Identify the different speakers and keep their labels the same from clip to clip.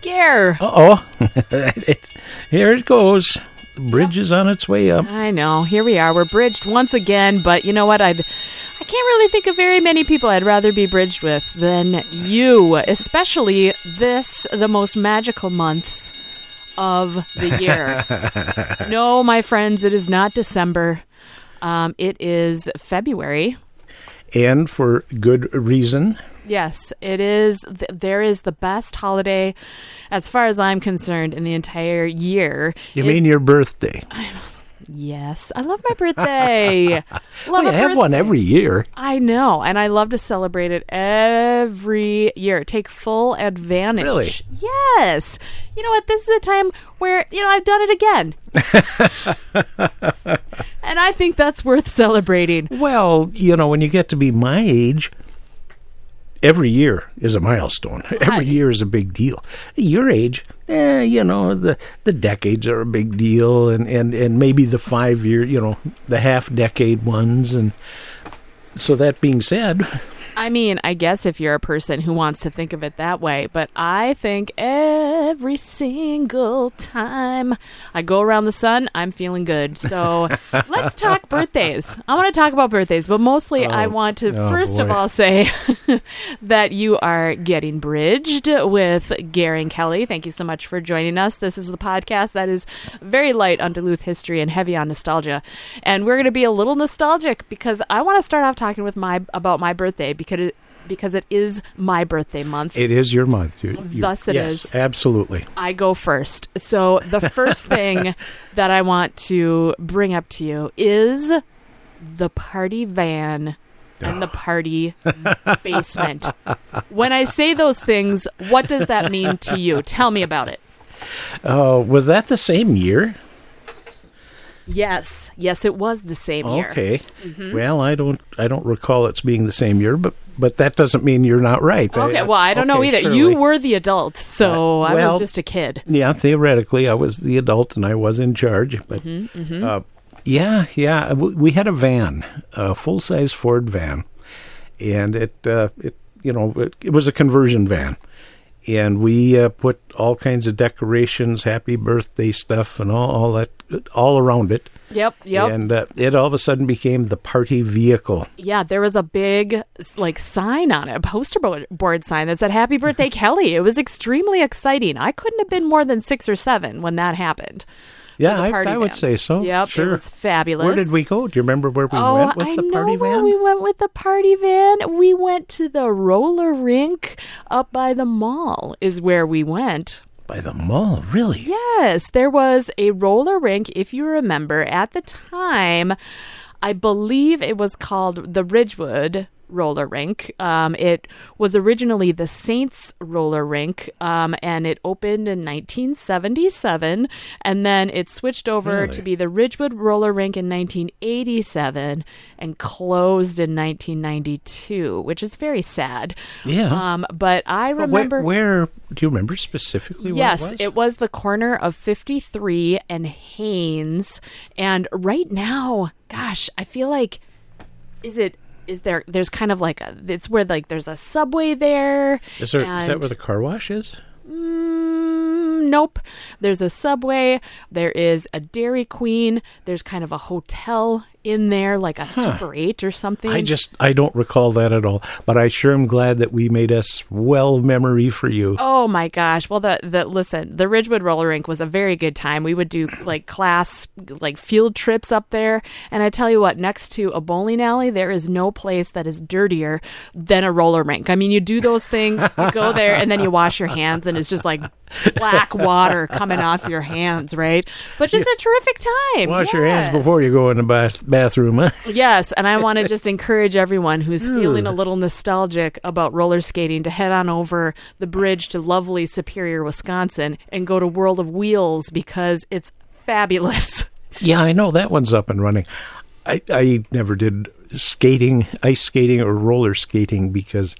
Speaker 1: scare.
Speaker 2: Uh oh. it, here it goes. The bridge is on its way up.
Speaker 1: I know. Here we are. We're bridged once again, but you know what? I'd. I can't really think of very many people I'd rather be bridged with than you, especially this, the most magical months of the year. no, my friends, it is not December. Um, it is February.
Speaker 2: And for good reason.
Speaker 1: Yes, it is. Th- there is the best holiday, as far as I'm concerned, in the entire year.
Speaker 2: You
Speaker 1: It's-
Speaker 2: mean your birthday?
Speaker 1: Yes, I love my birthday. love
Speaker 2: We
Speaker 1: a
Speaker 2: have
Speaker 1: birth-
Speaker 2: one every year.
Speaker 1: I know, and I love to celebrate it every year. Take full advantage.
Speaker 2: Really?
Speaker 1: Yes. You know what? This is a time where you know I've done it again, and I think that's worth celebrating.
Speaker 2: Well, you know, when you get to be my age, every year is a milestone. Every year is a big deal. Your age, eh, you know, the, the decades are a big deal, and, and, and maybe the five year, you know, the half decade ones. And so, that being said,
Speaker 1: I mean, I guess if you're a person who wants to think of it that way, but I think every single time I go around the sun, I'm feeling good. So let's talk birthdays. I want to talk about birthdays, but mostly I want to
Speaker 2: oh
Speaker 1: first of
Speaker 2: boy.
Speaker 1: all say that you are getting bridged with Gary and Kelly. Thank you so much for joining us. This is the podcast that is very light on Duluth history and heavy on nostalgia. And we're going to be a little nostalgic because I want to start off talking with my about my birthday because it, because it is my birthday month.
Speaker 2: it is your month. You, you-
Speaker 1: Thus it
Speaker 2: yes,
Speaker 1: is.
Speaker 2: Absolutely.
Speaker 1: I go first. So the first thing that I want to bring up to you is the party van and the
Speaker 2: Ah.
Speaker 1: party basement. When I say those things, what does that mean to you? Tell me about it.
Speaker 2: Uh, was that the same year?
Speaker 1: Yes, yes, it was the same year. Mm-hmm.
Speaker 2: Okay. Well, I don't I don't recall it's being the same year, but but that doesn't mean you're not right.
Speaker 1: Okay, well, I don't know
Speaker 2: Uh, okay,
Speaker 1: either.
Speaker 2: surely.
Speaker 1: You were the adult, so
Speaker 2: Uh,
Speaker 1: I
Speaker 2: well-
Speaker 1: was just a kid.
Speaker 2: Yeah, theoretically, I was the adult and I was in charge. But
Speaker 1: Mm-hmm,
Speaker 2: Uh, yeah, yeah, we, we had a van, a full size Ford van, and it uh, it you know it, it was a conversion van, and we uh, put all kinds of decorations, happy birthday stuff, and all all that all around it.
Speaker 1: Yep, yep.
Speaker 2: And uh, it all of a sudden became the party vehicle.
Speaker 1: Yeah, there was a big s- like sign on it, a poster bo- board sign that said "Happy Birthday, Kelly." It was extremely exciting. I couldn't have been more than six or seven when that happened.
Speaker 2: Yeah,
Speaker 1: the
Speaker 2: I,
Speaker 1: party
Speaker 2: I would
Speaker 1: van.
Speaker 2: say so.
Speaker 1: Yep,
Speaker 2: sure.
Speaker 1: it was fabulous.
Speaker 2: Where did we go? Do you remember where we
Speaker 1: oh,
Speaker 2: went with
Speaker 1: I
Speaker 2: the
Speaker 1: know
Speaker 2: party
Speaker 1: where
Speaker 2: van?
Speaker 1: we went with the party van. We went to the roller rink up by the mall. Is where we went.
Speaker 2: By the mall, really?
Speaker 1: Yes, there was a roller rink, if you remember, at the time. I believe it was called the Ridgewood Roller Rink. Um, it was originally the Saints Roller Rink, um, and it opened in 1977, and then it switched over
Speaker 2: Really?
Speaker 1: to be the Ridgewood Roller Rink in 1987 and closed in 1992, which is very sad.
Speaker 2: Yeah.
Speaker 1: Um, but I
Speaker 2: But where-
Speaker 1: remember.
Speaker 2: Where, do you remember specifically where
Speaker 1: Yes,
Speaker 2: it was?
Speaker 1: it was the corner of 53 and Haynes. And right now, gosh, I feel like is it is there there's kind of like a it's where like there's a subway there.
Speaker 2: Is there, is that
Speaker 1: and-
Speaker 2: where the car wash is?
Speaker 1: Mm, nope. There's a subway. There is a Dairy Queen. There's kind of a hotel in there, like a Super 8 or something.
Speaker 2: I just, I don't recall that at all. But I sure am glad that we made us well memory for you.
Speaker 1: Oh my gosh! Well, the the listen, the Ridgewood Roller Rink was a very good time. We would do like class, like field trips up there, and I tell you what, next to a bowling alley, there is no place that is dirtier than a roller rink. I mean, you do those things, you go there, and then you wash your hands, and it's just like black water coming off your hands, right? But just a terrific time.
Speaker 2: Wash your hands
Speaker 1: Oh, Yes.
Speaker 2: before you go in the bath- bathroom, huh?
Speaker 1: Yes, and I want to just encourage everyone who's feeling a little nostalgic about roller skating to head on over the bridge to lovely Superior, Wisconsin, and go to World of Wheels because it's fabulous.
Speaker 2: Yeah, I know that one's up and running. I, I never did skating, ice skating, or roller skating because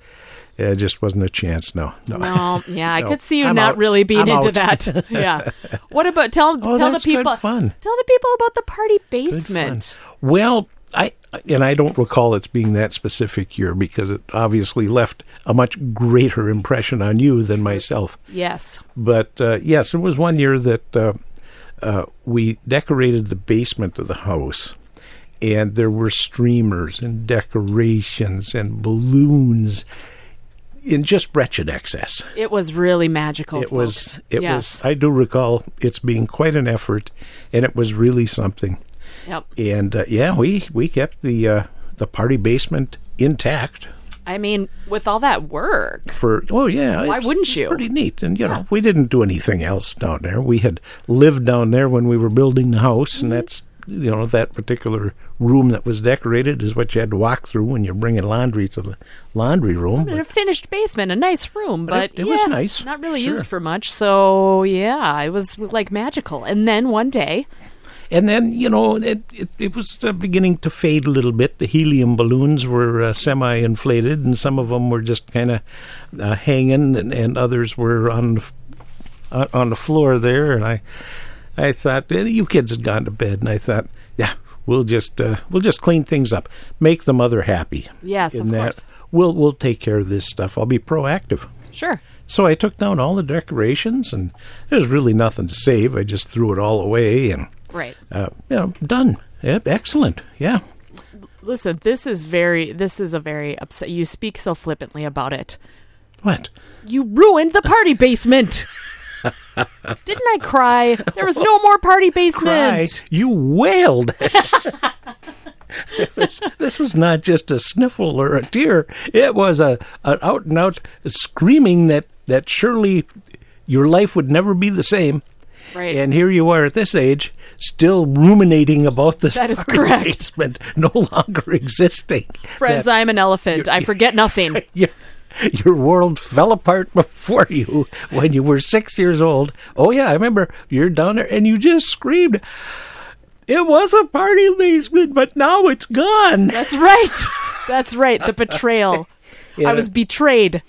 Speaker 2: it just wasn't a chance. No, no.
Speaker 1: No, yeah, I
Speaker 2: No,
Speaker 1: could see you
Speaker 2: I'm
Speaker 1: not
Speaker 2: out.
Speaker 1: really being
Speaker 2: I'm
Speaker 1: into
Speaker 2: out.
Speaker 1: that. Yeah. What about tell
Speaker 2: Oh,
Speaker 1: tell the
Speaker 2: that's good
Speaker 1: people
Speaker 2: fun.
Speaker 1: teel the people about the party
Speaker 2: Good fun.
Speaker 1: basement.
Speaker 2: Well, I and I don't recall it's being that specific year because it obviously left a much greater impression on you than myself.
Speaker 1: Yes.
Speaker 2: But uh, yes, it was one year that uh, uh, we decorated the basement of the house, and there were streamers and decorations and balloons in just wretched excess.
Speaker 1: It was really magical.
Speaker 2: It
Speaker 1: folks.
Speaker 2: was. It
Speaker 1: yes.
Speaker 2: was. uh, I do recall it's being quite an effort, and it was really something.
Speaker 1: Yep.
Speaker 2: And uh, yeah, we we kept the uh, the party basement intact
Speaker 1: I mean, with all that work.
Speaker 2: for oh yeah
Speaker 1: Why
Speaker 2: it's-
Speaker 1: wouldn't
Speaker 2: it's
Speaker 1: you?
Speaker 2: pretty neat and you know we didn't do anything else down there we had lived down there when we were building the house and
Speaker 1: Mm-hmm.
Speaker 2: that's you know that particular room that was decorated is what you had to walk through when you're bringing laundry to the laundry room
Speaker 1: In a
Speaker 2: but
Speaker 1: finished basement, a nice room, but
Speaker 2: it- it was
Speaker 1: yeah,
Speaker 2: nice,
Speaker 1: Not really
Speaker 2: sure.
Speaker 1: used for much, so yeah, it was like magical. And then one day,
Speaker 2: and then you know it it, it was uh, beginning to fade a little bit the helium balloons were uh, semi inflated and some of them were just kind of uh, hanging and, and others were on the f- uh, on the floor there and I I thought eh, you kids had gone to bed and I thought yeah we'll just uh, we'll just clean things up make the mother happy
Speaker 1: Yes,
Speaker 2: in
Speaker 1: of
Speaker 2: that
Speaker 1: course.
Speaker 2: we'll we'll take care of this stuff I'll be proactive
Speaker 1: sure,
Speaker 2: so I took down all the decorations and there's really nothing to save I just threw it all away and
Speaker 1: great.
Speaker 2: uh, you know, done. Yep, excellent. Yeah.
Speaker 1: Listen, this is very, this is a very upset. You speak so flippantly about it.
Speaker 2: What?
Speaker 1: You ruined the party basement. Didn't I cry? There was no more party
Speaker 2: Cry.
Speaker 1: basement.
Speaker 2: You wailed. It was- this was not just a sniffle or a tear. It was a an out and out screaming that that surely your life would never be the same.
Speaker 1: Right.
Speaker 2: And here you are at this age, still ruminating about this
Speaker 1: That is
Speaker 2: party
Speaker 1: correct.
Speaker 2: basement no longer existing.
Speaker 1: Friends,
Speaker 2: That
Speaker 1: I'm an elephant. I forget nothing.
Speaker 2: your, your world fell apart before you when you were six years old. Oh yeah, I remember you're down there and you just screamed. It was a party basement, but now it's gone.
Speaker 1: That's right. That's right. The betrayal. I
Speaker 2: Yeah.
Speaker 1: was betrayed.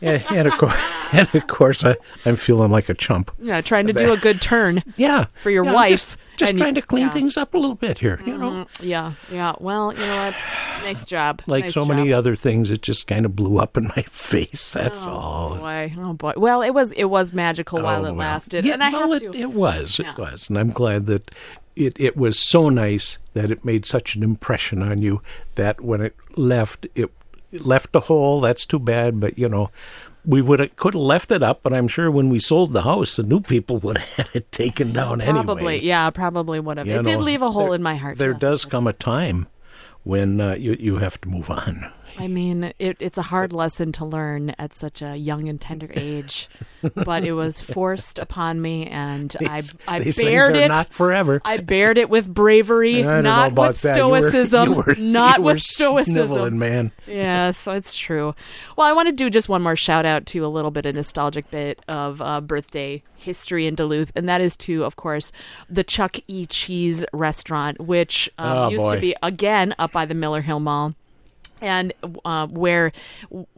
Speaker 2: and, and of course, and of course, I, I'm feeling like a chump.
Speaker 1: Yeah, trying to do a good turn.
Speaker 2: Yeah,
Speaker 1: For your
Speaker 2: Yeah, I'm
Speaker 1: wife,
Speaker 2: Just, just
Speaker 1: and you-
Speaker 2: trying to clean
Speaker 1: yeah. Mm-hmm.
Speaker 2: things up a little bit here. You know,
Speaker 1: Yeah, yeah. Well, you know what? Nice job.
Speaker 2: like
Speaker 1: Nice
Speaker 2: so many
Speaker 1: job.
Speaker 2: other things, it just kind of blew up in my face. That's all.
Speaker 1: Oh boy. Oh boy. Well, it was it was magical while it
Speaker 2: uh, Oh, wow.
Speaker 1: lasted,
Speaker 2: Yeah,
Speaker 1: and I
Speaker 2: well,
Speaker 1: have
Speaker 2: it,
Speaker 1: to.
Speaker 2: it was, it was, and I'm glad that it it was so nice that it made such an impression on you that when it left, it, it left a hole. That's too bad, but you know. We would have could have left it up, but I'm sure when we sold the house, the new people would have had it taken down
Speaker 1: probably,
Speaker 2: anyway.
Speaker 1: yeah, probably would have.
Speaker 2: You
Speaker 1: it did
Speaker 2: know,
Speaker 1: leave a hole
Speaker 2: there-
Speaker 1: in my heart.
Speaker 2: There
Speaker 1: yes.
Speaker 2: does come a time when uh, you you have to move on.
Speaker 1: I mean, it, it's a hard lesson to learn at such a young and tender age, but it was forced upon me, and I I
Speaker 2: These
Speaker 1: bared
Speaker 2: things are
Speaker 1: it.
Speaker 2: not forever.
Speaker 1: I bared it with bravery,
Speaker 2: I don't know
Speaker 1: not
Speaker 2: about
Speaker 1: with
Speaker 2: that. You were- you
Speaker 1: stoicism,
Speaker 2: were-
Speaker 1: not
Speaker 2: you were
Speaker 1: with stoicism.
Speaker 2: sniveling, man.
Speaker 1: yes, it's true. Well, I want to do just one more shout out to a little bit of nostalgic bit of uh, birthday history in Duluth, and that is to, of course, the Chuck E. Cheese restaurant, which um,
Speaker 2: Oh,
Speaker 1: used to
Speaker 2: boy.
Speaker 1: be again up by the Miller Hill Mall, and uh, where.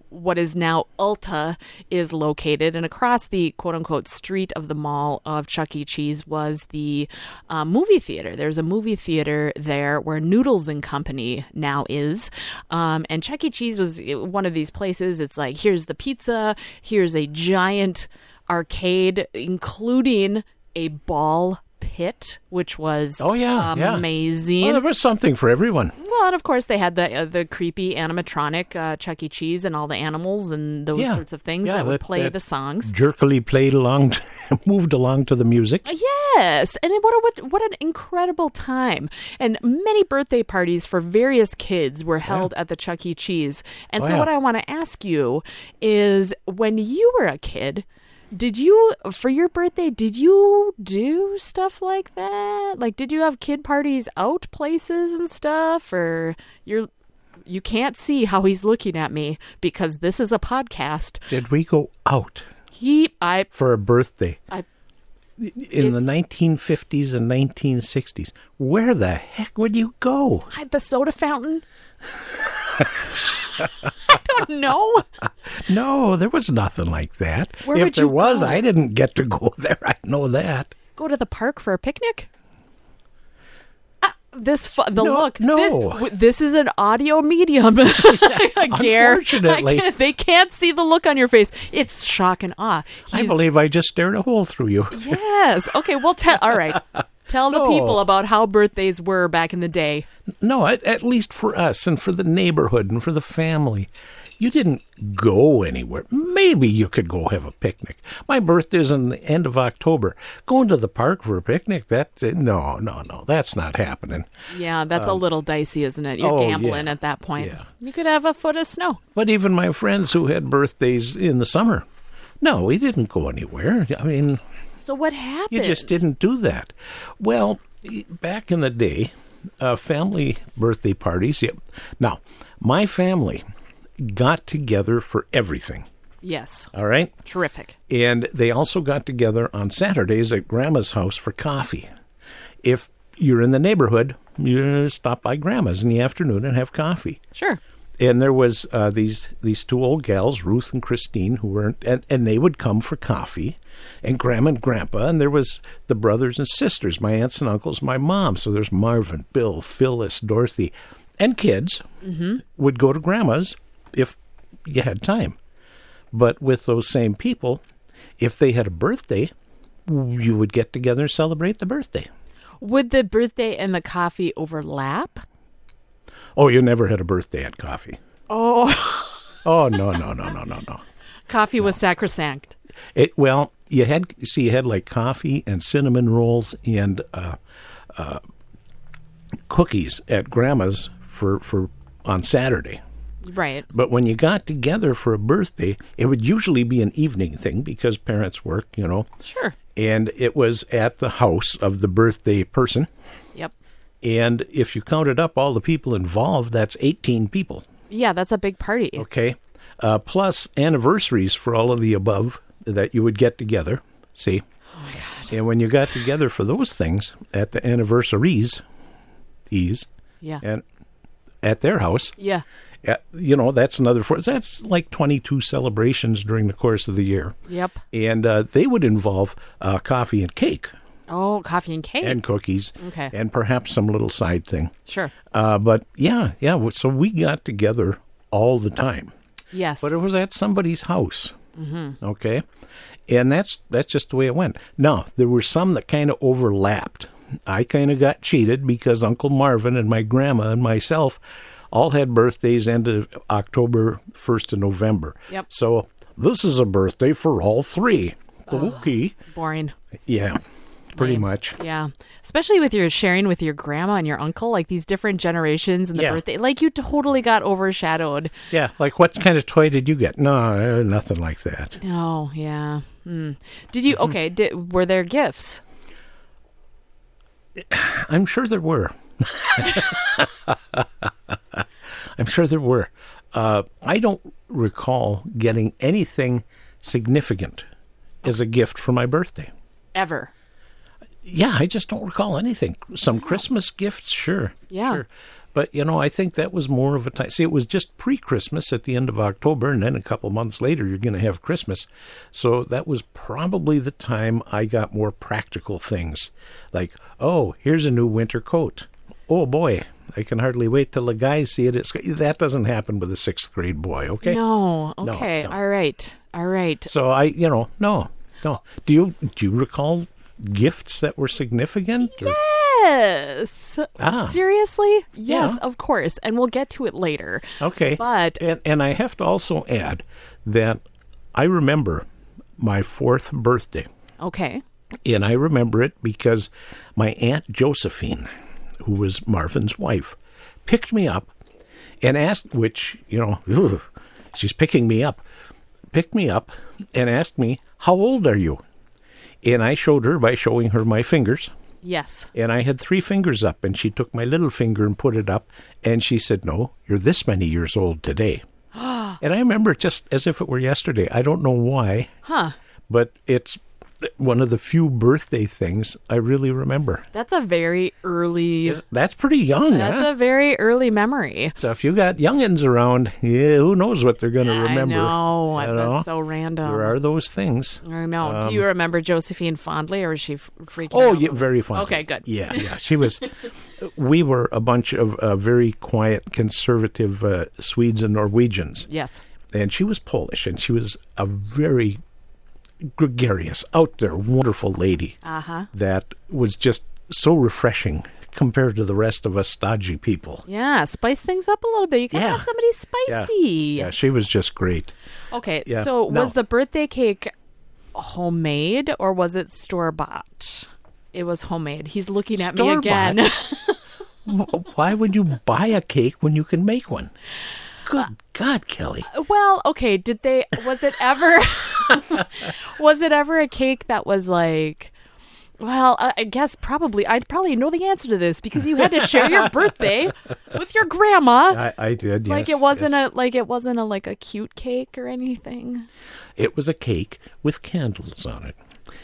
Speaker 1: What is now Ulta is located, and across the quote unquote street of the mall of Chuck E. Cheese was the uh, movie theater. There's a movie theater there where Noodles and Company now is. Um, and Chuck E. Cheese was uh, one of these places. It's like, here's the pizza, here's a giant arcade, including a ball pit, which was
Speaker 2: Oh, yeah, yeah.
Speaker 1: amazing.
Speaker 2: Well, Oh, there was something for everyone.
Speaker 1: Well, and of course they had the uh, the creepy animatronic uh, Chuck E. Cheese and all the animals and those
Speaker 2: Yeah.
Speaker 1: sorts of things
Speaker 2: Yeah,
Speaker 1: that would
Speaker 2: that-
Speaker 1: play
Speaker 2: that-
Speaker 1: the songs.
Speaker 2: jerkily played along, to, moved along to the music.
Speaker 1: Yes, and it- what a, what what an incredible time! And many birthday parties for various kids were held at the Chuck E. Cheese. And
Speaker 2: Oh,
Speaker 1: so,
Speaker 2: yeah.
Speaker 1: what I want to ask you is, when you were a kid, did you for your birthday did you do stuff like that? Like, did you have kid parties out places and stuff, or you're you can't see how he's looking at me because this is a podcast.
Speaker 2: Did we go out
Speaker 1: He, I,
Speaker 2: for a birthday
Speaker 1: I
Speaker 2: in the
Speaker 1: It's-
Speaker 2: 1950s and 1960s? Where the heck would you go?
Speaker 1: I the soda fountain. I don't know.
Speaker 2: No, there was nothing like that.
Speaker 1: Where
Speaker 2: if
Speaker 1: would
Speaker 2: there
Speaker 1: you
Speaker 2: was,
Speaker 1: go?
Speaker 2: I didn't get to go there. I know that.
Speaker 1: Go to the park for a picnic. Uh, this fu- the
Speaker 2: No,
Speaker 1: look
Speaker 2: no.
Speaker 1: this w- this is an audio medium Gare,
Speaker 2: unfortunately.
Speaker 1: I can't- they can't see the look on your face it's shock and awe
Speaker 2: I
Speaker 1: He's-
Speaker 2: believe I just stared a hole through you.
Speaker 1: yes okay well tell all right tell the
Speaker 2: No.
Speaker 1: people about how birthdays were back in the day
Speaker 2: No, at, at least for us and for the neighborhood and for the family. You didn't go anywhere. Maybe you could go have a picnic. My birthday's in the end of October. Going to the park for a picnic, that, uh, no, no, no, that's not happening.
Speaker 1: yeah that's a little dicey isn't it you're
Speaker 2: Um, oh,
Speaker 1: gambling
Speaker 2: yeah.
Speaker 1: at that point
Speaker 2: Yeah.
Speaker 1: you could have a foot of snow
Speaker 2: But even my friends who had birthdays in the summer, no, we didn't go anywhere. I mean,
Speaker 1: so what happened
Speaker 2: You just didn't do that. Well, e- back in the day, uh, family birthday parties. Yeah. Now, my family got together for everything.
Speaker 1: yes
Speaker 2: All right,
Speaker 1: terrific
Speaker 2: and they also got together on Saturdays at Grandma's house for coffee. If you're in the neighborhood, you stop by Grandma's in the afternoon and have coffee
Speaker 1: sure
Speaker 2: and there was uh, these these two old gals, Ruth and Christine, who were and, and they would come for coffee, and Grandma and Grandpa, and there was the brothers and sisters, my aunts and uncles, my mom. So there's Marvin, Bill, Phyllis, Dorothy, and kids would go to Grandma's if you had time. But with those same people, if they had a birthday, you would get together and celebrate the birthday.
Speaker 1: would the birthday and the coffee overlap
Speaker 2: Oh, you never had a birthday at coffee.
Speaker 1: oh
Speaker 2: Oh no no no no no no.
Speaker 1: coffee was sacrosanct
Speaker 2: It well, you had see you had like coffee and cinnamon rolls and uh, uh, cookies at grandma's for for on Saturday.
Speaker 1: right
Speaker 2: But when you got together for a birthday, it would usually be an evening thing because parents work, you know,
Speaker 1: sure
Speaker 2: and it was at the house of the birthday person.
Speaker 1: yep
Speaker 2: And if you counted up all the people involved, that's 18 people.
Speaker 1: Yeah, that's a big party.
Speaker 2: Okay. Uh, plus anniversaries for all of the above that you would get together. See? And when you got together for those things at the anniversaries, these,
Speaker 1: Yeah.
Speaker 2: and at their house,
Speaker 1: Yeah.
Speaker 2: at, you know, that's another four. That's like 22 celebrations during the course of the year.
Speaker 1: Yep.
Speaker 2: And uh, they would involve uh, coffee and cake
Speaker 1: Oh, coffee and cake.
Speaker 2: and cookies
Speaker 1: Okay.
Speaker 2: and perhaps some little side thing.
Speaker 1: sure.
Speaker 2: Uh, but yeah, yeah. w- So we got together all the time.
Speaker 1: Yes.
Speaker 2: But it was at somebody's house. Mm-hmm. Okay, and that's that's just the way it went. Now there were some that kind of overlapped. I kind of got cheated because Uncle Marvin and my grandma and myself all had birthdays end of October first of November.
Speaker 1: Yep.
Speaker 2: So this is a birthday for all three. Okay.
Speaker 1: Boring.
Speaker 2: Yeah. Pretty much.
Speaker 1: Yeah. Especially with your sharing with your grandma and your uncle, like these different generations and the
Speaker 2: Yeah.
Speaker 1: birthday. Like you totally got overshadowed.
Speaker 2: Yeah. Like, what kind of toy did you get? No, uh, nothing like that.
Speaker 1: Oh, yeah. Hmm. Did
Speaker 2: Mm-hmm.
Speaker 1: you? Okay. Did, were there gifts?
Speaker 2: I'm sure there were. I'm sure there were. Uh, I don't recall getting anything significant as a gift for my birthday.
Speaker 1: Ever?
Speaker 2: Yeah, I just don't recall anything. Some Christmas gifts, sure.
Speaker 1: Yeah.
Speaker 2: Sure. But, you know, I think that was more of a time. See, it was just pre Christmas at the end of October, and then a couple months later, you're going to have Christmas. So that was probably the time I got more practical things like, oh, here's a new winter coat. Oh, boy, I can hardly wait till the guys see it. It's, that doesn't happen with a sixth grade boy, okay?
Speaker 1: No. Okay.
Speaker 2: Eh, no.
Speaker 1: All right. All right.
Speaker 2: So I, you know, no, no. Do you, do you recall gifts that were significant? or-
Speaker 1: Yes.
Speaker 2: Ah.
Speaker 1: Seriously? Yes,
Speaker 2: Yeah. Oh.
Speaker 1: of course. And we'll get to it later.
Speaker 2: Okay.
Speaker 1: But-
Speaker 2: and, and I have to also add that I remember my fourth birthday.
Speaker 1: Okay.
Speaker 2: And I remember it because my Aunt Josephine, who was Marvin's wife, picked me up and asked, which, you know, ooh, she's picking me up, picked me up and asked me, How old are you? And I showed her by showing her my fingers
Speaker 1: Yes.
Speaker 2: and I had three fingers up, and she took my little finger and put it up, and she said, "No, you're this many years old today." and I remember it just as if it were yesterday. I don't know why,
Speaker 1: Huh.
Speaker 2: but it's one of the few birthday things I really remember.
Speaker 1: That's a very early.
Speaker 2: That's pretty young.
Speaker 1: that's
Speaker 2: huh?
Speaker 1: a very early memory.
Speaker 2: so if you got youngins around, yeah, who knows what they're going to remember?
Speaker 1: I know.
Speaker 2: You
Speaker 1: That's
Speaker 2: know?
Speaker 1: so random.
Speaker 2: there are those things.
Speaker 1: I know. Do you remember Josephine fondly, or is she f- freaking?
Speaker 2: Oh,
Speaker 1: out?
Speaker 2: yeah, very fun.
Speaker 1: Okay, good.
Speaker 2: Yeah, yeah. She was. we were a bunch of uh, very quiet, conservative uh, Swedes and Norwegians,
Speaker 1: Yes.
Speaker 2: and she was Polish, and she was a very gregarious, out there, wonderful lady
Speaker 1: Uh huh.
Speaker 2: that was just so refreshing compared to the rest of us stodgy people.
Speaker 1: Yeah. Spice things up a little bit. You gotta
Speaker 2: Yeah.
Speaker 1: have somebody
Speaker 2: Yeah.
Speaker 1: spicy.
Speaker 2: Yeah, she was just great.
Speaker 1: Okay.
Speaker 2: Yeah.
Speaker 1: So
Speaker 2: No.
Speaker 1: was the birthday cake homemade or was it store bought? It was homemade. He's looking at me
Speaker 2: Store-bought?
Speaker 1: again.
Speaker 2: Wh- Why would you buy a cake when you can make one? Good God, Kelly.
Speaker 1: well, okay. Did they? Was it ever? was it ever a cake that was like? Well, I I guess probably I'd probably know the answer to this because you had to share your birthday with your grandma.
Speaker 2: I, I did.
Speaker 1: like it wasn't a like it wasn't a like a cute cake or anything.
Speaker 2: It was a cake with candles on it.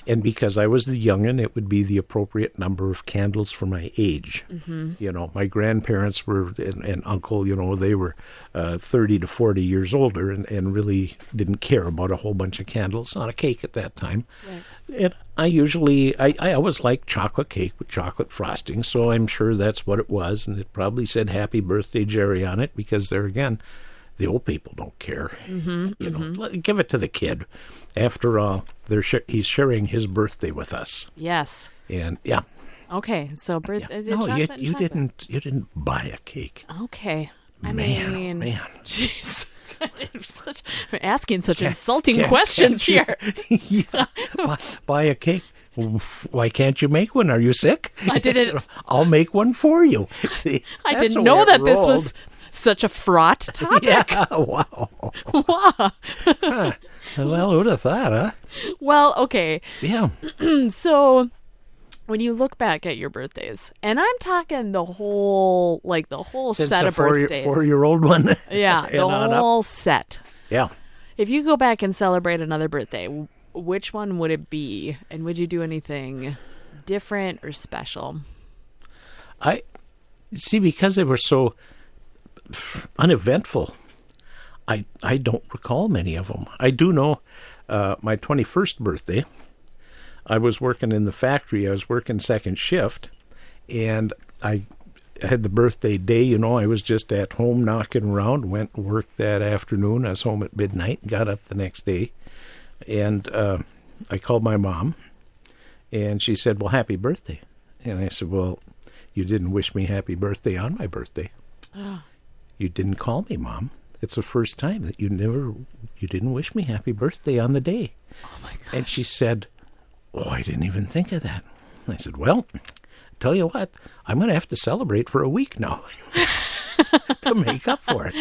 Speaker 2: And because I was the youngin', it would be the appropriate number of candles for my age. Mm-hmm. You know, my grandparents were, and, and uncle, you know, they were uh, 30 to 40 years older and, and really didn't care about a whole bunch of candles on a cake at that time. And I usually, I, I always liked chocolate cake with chocolate frosting, so I'm sure that's what it was. And it probably said happy birthday, Jerry, on it because there again, the old people don't care. you know,
Speaker 1: Mm-hmm.
Speaker 2: let, give it to the kid. After all, they're sh- he's sharing his birthday with us,
Speaker 1: Yes.
Speaker 2: and yeah,
Speaker 1: Okay. So birth-
Speaker 2: yeah.
Speaker 1: uh,
Speaker 2: no, you,
Speaker 1: chocolate and
Speaker 2: you
Speaker 1: chocolate.
Speaker 2: didn't you didn't buy a cake,
Speaker 1: Okay. I
Speaker 2: man, oh,
Speaker 1: mean,
Speaker 2: man.
Speaker 1: Jeez. You're such- you're asking such insulting
Speaker 2: can't-
Speaker 1: questions
Speaker 2: can't
Speaker 1: here.
Speaker 2: yeah, buy, buy a cake. Oof, Why can't you make one? Are you sick?
Speaker 1: I didn't-
Speaker 2: I'll make one for you.
Speaker 1: I
Speaker 2: That's the
Speaker 1: didn't know
Speaker 2: way it
Speaker 1: that this was
Speaker 2: rolled.
Speaker 1: such a fraught topic.
Speaker 2: Yeah. Wow.
Speaker 1: Wow.
Speaker 2: Well, who'd have thought, huh?
Speaker 1: well, okay.
Speaker 2: Yeah.
Speaker 1: So when you look back at your birthdays, and I'm talking the whole like the whole
Speaker 2: Since
Speaker 1: set
Speaker 2: a
Speaker 1: of
Speaker 2: four-year-
Speaker 1: birthdays.
Speaker 2: four-year-old one.
Speaker 1: yeah,
Speaker 2: and
Speaker 1: the
Speaker 2: on up.
Speaker 1: whole set.
Speaker 2: Yeah.
Speaker 1: If you go back and celebrate another birthday, w- which one would it be? And would you do anything different or special?
Speaker 2: I see because they were so uneventful. I I don't recall many of them. I do know uh, my twenty first birthday. I was working in the factory. I was working second shift, and I had the birthday day. You know, I was just at home knocking around. Went and worked that afternoon. I was home at midnight. Got up the next day, and uh, I called my mom, and she said, "Well, happy birthday." And I said, "Well, you didn't wish me happy birthday on my birthday. you didn't call me, mom. It's the first time that you never you didn't wish me happy birthday on the day."
Speaker 1: Oh my god.
Speaker 2: And she said, "Oh, I didn't even think of that." And I said, "Well, tell you what, I'm going to have to celebrate for a week now to make up for it."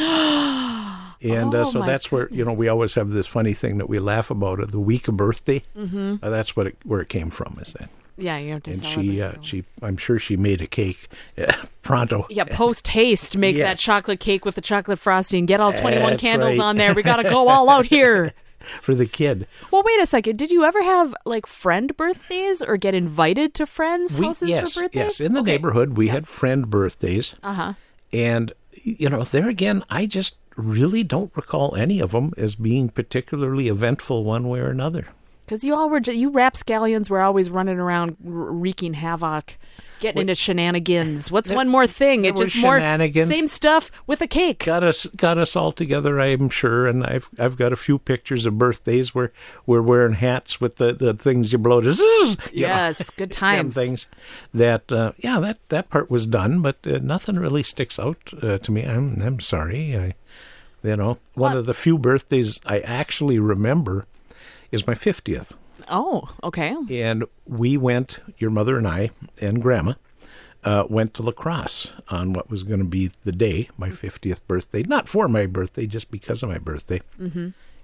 Speaker 2: And
Speaker 1: Oh,
Speaker 2: uh, so
Speaker 1: my
Speaker 2: that's where you know we always have this funny thing that we laugh about uh, the week of birthday. Mm-hmm. Uh, that's what it, where it came from is that.
Speaker 1: Yeah, you have to
Speaker 2: And
Speaker 1: celebrate.
Speaker 2: she uh,
Speaker 1: though.
Speaker 2: she I'm sure she made a cake uh, pronto.
Speaker 1: yeah, post haste, make that
Speaker 2: Yes.
Speaker 1: chocolate cake with the chocolate frosting. Get all twenty-one
Speaker 2: That's
Speaker 1: candles
Speaker 2: right.
Speaker 1: on there. We gotta go all out here.
Speaker 2: for the kid.
Speaker 1: Well, wait a second. Did you ever have like friend birthdays or get invited to friends' houses
Speaker 2: yes,
Speaker 1: for birthdays?
Speaker 2: yes, in the
Speaker 1: Okay.
Speaker 2: neighborhood we had friend birthdays,
Speaker 1: Uh huh.
Speaker 2: and you know there again I just really don't recall any of them as being particularly eventful one way or another.
Speaker 1: Because you all were ju- you rapscallions were always running around r- wreaking havoc, getting into shenanigans. What's one more thing? It
Speaker 2: there were
Speaker 1: just more
Speaker 2: shenanigans.
Speaker 1: same stuff with a cake.
Speaker 2: Got us got us all together, I'm sure, and I've I've got a few pictures of birthdays where we're wearing hats with the, the things you blow. Just, you know,
Speaker 1: Yes, good
Speaker 2: damn
Speaker 1: times.
Speaker 2: things that uh, yeah that that part was done but uh, nothing really sticks out uh, to me i'm i'm sorry i you know one
Speaker 1: Well-
Speaker 2: of the few birthdays i actually remember is my 50th
Speaker 1: Oh, okay.
Speaker 2: and we went your mother and i and grandma uh, went to lacrosse on what was going to be the day my 50th birthday not for my birthday just because of my birthday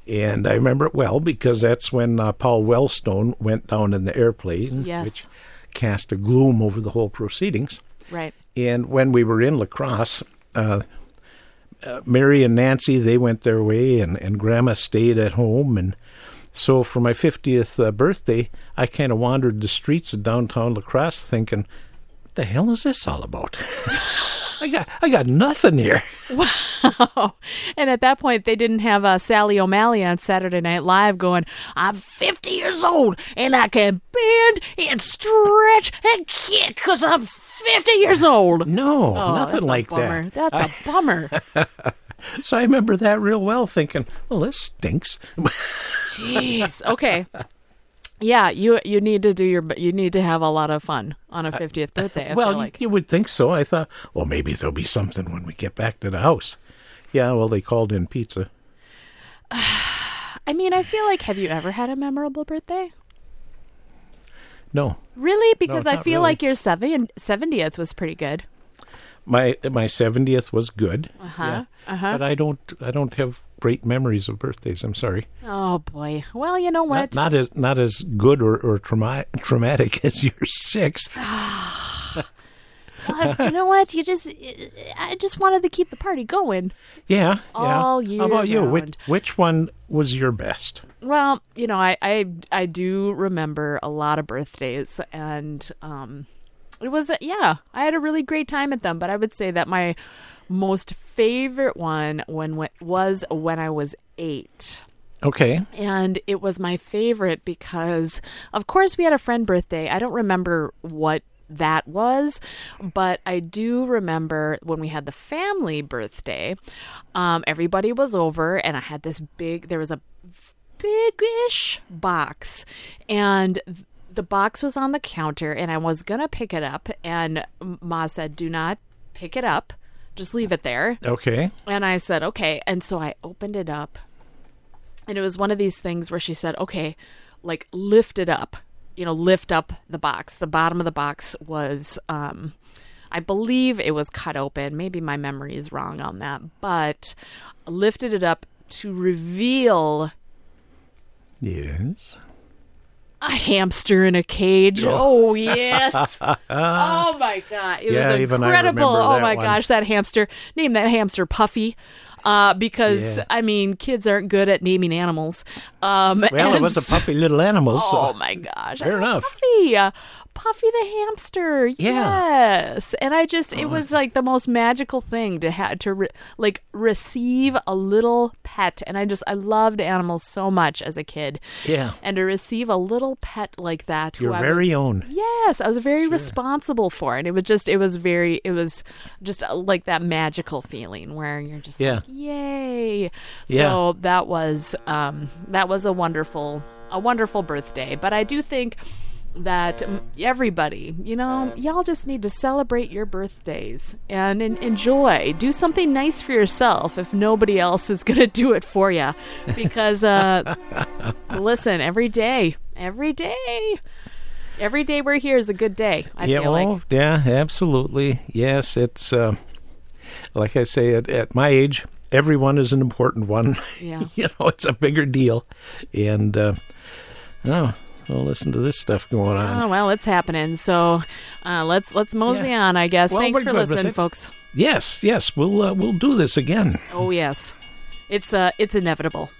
Speaker 2: and i remember it well because that's when uh, paul wellstone went down in the airplane
Speaker 1: Yes.
Speaker 2: which cast a gloom over the whole proceedings
Speaker 1: Right.
Speaker 2: and when we were in lacrosse uh, uh, mary and nancy they went their way and, and grandma stayed at home and So for my 50th uh, birthday, I kind of wandered the streets of downtown Lacrosse thinking, what the hell is this all about? I got I got nothing here.
Speaker 1: Wow. And at that point, they didn't have uh, Sally O'Malley on Saturday Night Live going, I'm 50 years old and I can bend and stretch and kick because I'm 50 years old.
Speaker 2: No,
Speaker 1: Oh,
Speaker 2: nothing
Speaker 1: that's
Speaker 2: like
Speaker 1: a bummer.
Speaker 2: that.
Speaker 1: That's a bummer.
Speaker 2: So I remember that real well thinking, well, this stinks.
Speaker 1: Jeez. Okay. Yeah, you you need to do your you need to have a lot of fun on a 50th birthday. I
Speaker 2: Uh, well,
Speaker 1: feel
Speaker 2: you-
Speaker 1: like.
Speaker 2: you would think so. I thought, well, maybe there'll be something when we get back to the house. Yeah, well, they called in pizza.
Speaker 1: I mean, I feel like have you ever had a memorable birthday?
Speaker 2: No,
Speaker 1: Really? Because I
Speaker 2: not
Speaker 1: feel
Speaker 2: really.
Speaker 1: like your seven, 70th was pretty good.
Speaker 2: my my 70th was good.
Speaker 1: Uh-huh.
Speaker 2: But I don't I don't have great memories of birthdays. I'm sorry.
Speaker 1: Oh boy. Well, you know what?
Speaker 2: Not, not as not as good or, or trauma, traumatic as your sixth.
Speaker 1: Well, you know what? You just I just wanted to keep the party going.
Speaker 2: Yeah,
Speaker 1: All
Speaker 2: yeah.
Speaker 1: year
Speaker 2: How about you?
Speaker 1: round.
Speaker 2: Which which one was your best?
Speaker 1: Well, you know, I I, I do remember a lot of birthdays and um it was yeah, I had a really great time at them, but I would say that my most favorite one when wa- was when I was 8.
Speaker 2: Okay.
Speaker 1: and it was my favorite because of course we had a friend birthday i don't remember what that was but i do remember when we had the family birthday um, everybody was over and i had this big there was a big-ish box and th- the box was on the counter and i was gonna pick it up and ma said do not pick it up just leave it there
Speaker 2: Okay.
Speaker 1: and I said, okay. And so I opened it up. And it was one of these things where she said, okay, like lift it up, you know, lift up the box. The bottom of the box was, um, I believe it was cut open. Maybe my memory is wrong on that, but lifted it up to reveal
Speaker 2: Yes.
Speaker 1: a hamster in a cage. Oh, yes. oh my god. It
Speaker 2: Yeah,
Speaker 1: was
Speaker 2: even I
Speaker 1: incredible.
Speaker 2: remember
Speaker 1: Oh
Speaker 2: that
Speaker 1: my
Speaker 2: one.
Speaker 1: gosh, that hamster. Name that hamster Puffy. Uh, because
Speaker 2: Yeah.
Speaker 1: I mean, kids aren't good at naming animals. Um,
Speaker 2: Well, it
Speaker 1: and
Speaker 2: was a
Speaker 1: so-
Speaker 2: puffy little animal. so-
Speaker 1: Oh my gosh.
Speaker 2: Fair
Speaker 1: I love
Speaker 2: enough.
Speaker 1: Puffy. Puffy the hamster.
Speaker 2: Yeah.
Speaker 1: Yes. And I just it was like the most magical thing to have to re- like receive a little pet and I just I loved animals so much as a kid.
Speaker 2: Yeah.
Speaker 1: And to receive a little pet like that who
Speaker 2: Your
Speaker 1: I was-
Speaker 2: very own.
Speaker 1: Yes, I was very responsible for, it. and it was just, it was very, it was just uh, like that magical feeling where you're just,
Speaker 2: Yeah.
Speaker 1: like, yay!
Speaker 2: Yeah.
Speaker 1: So that was, um, that was a wonderful, a wonderful birthday. But I do think that mm, everybody, you know, y'all just need to celebrate your birthdays and, en- enjoy. Do something nice for yourself if nobody else is gonna do it for you, because uh, listen, every day, every day. Every day we're here is a good day. I
Speaker 2: yeah,
Speaker 1: feel
Speaker 2: oh,
Speaker 1: like.
Speaker 2: yeah, absolutely. Yes, it's uh, like I say at, at my age, everyone is an important one.
Speaker 1: Yeah.
Speaker 2: you know, it's a bigger deal, and uh, oh, well, listen to this stuff going on.
Speaker 1: Oh well, it's happening. So uh, let's let's mosey
Speaker 2: Yeah.
Speaker 1: on, I guess.
Speaker 2: Well,
Speaker 1: Thanks
Speaker 2: we're
Speaker 1: for
Speaker 2: good with
Speaker 1: listening,
Speaker 2: it.
Speaker 1: folks.
Speaker 2: Yes, yes, we'll uh, we'll do this again.
Speaker 1: Oh yes, it's uh it's inevitable.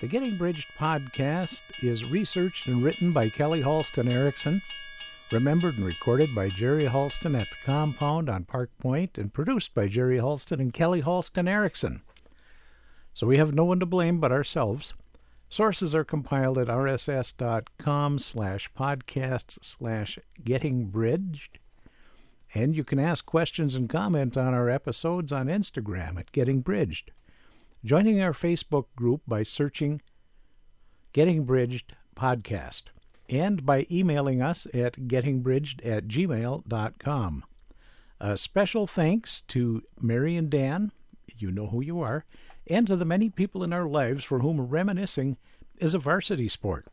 Speaker 2: The Getting Bridged podcast is researched and written by Kelly Halston Erickson, remembered and recorded by Jerry Halston at the compound on Park Point, and produced by Jerry Halston and Kelly Halston Erickson. So we have no one to blame but ourselves. Sources are compiled at rss.com slash podcasts slash getting bridged. And you can ask questions and comment on our episodes on Instagram at Getting Bridged joining our Facebook group by searching Getting Bridged Podcast and by emailing us at gettingbridged at gmail.com. A special thanks to Mary and Dan, you know who you are, and to the many people in our lives for whom reminiscing is a varsity sport.